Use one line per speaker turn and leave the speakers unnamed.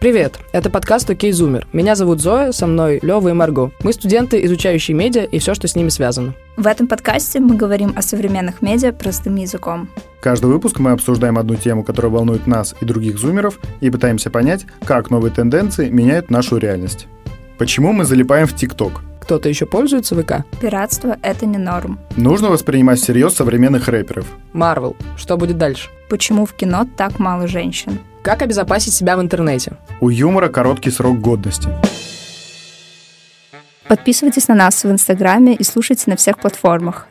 Привет, это подкаст «Окей, Зумер». Меня зовут Зоя, со мной Лёва и Марго. Мы студенты, изучающие медиа и все, что с ними связано.
В этом подкасте мы говорим о современных медиа простым языком.
Каждый выпуск мы обсуждаем одну тему, которая волнует нас и других зумеров, и пытаемся понять, как новые тенденции меняют нашу реальность. Почему мы залипаем в ТикТок?
Кто-то еще пользуется ВК?
Пиратство – это не норм.
Нужно воспринимать всерьез современных рэперов.
Марвел. Что будет дальше?
Почему в кино так мало женщин?
Как обезопасить себя в интернете?
У юмора короткий срок годности.
Подписывайтесь на нас в Инстаграме и слушайте на всех платформах.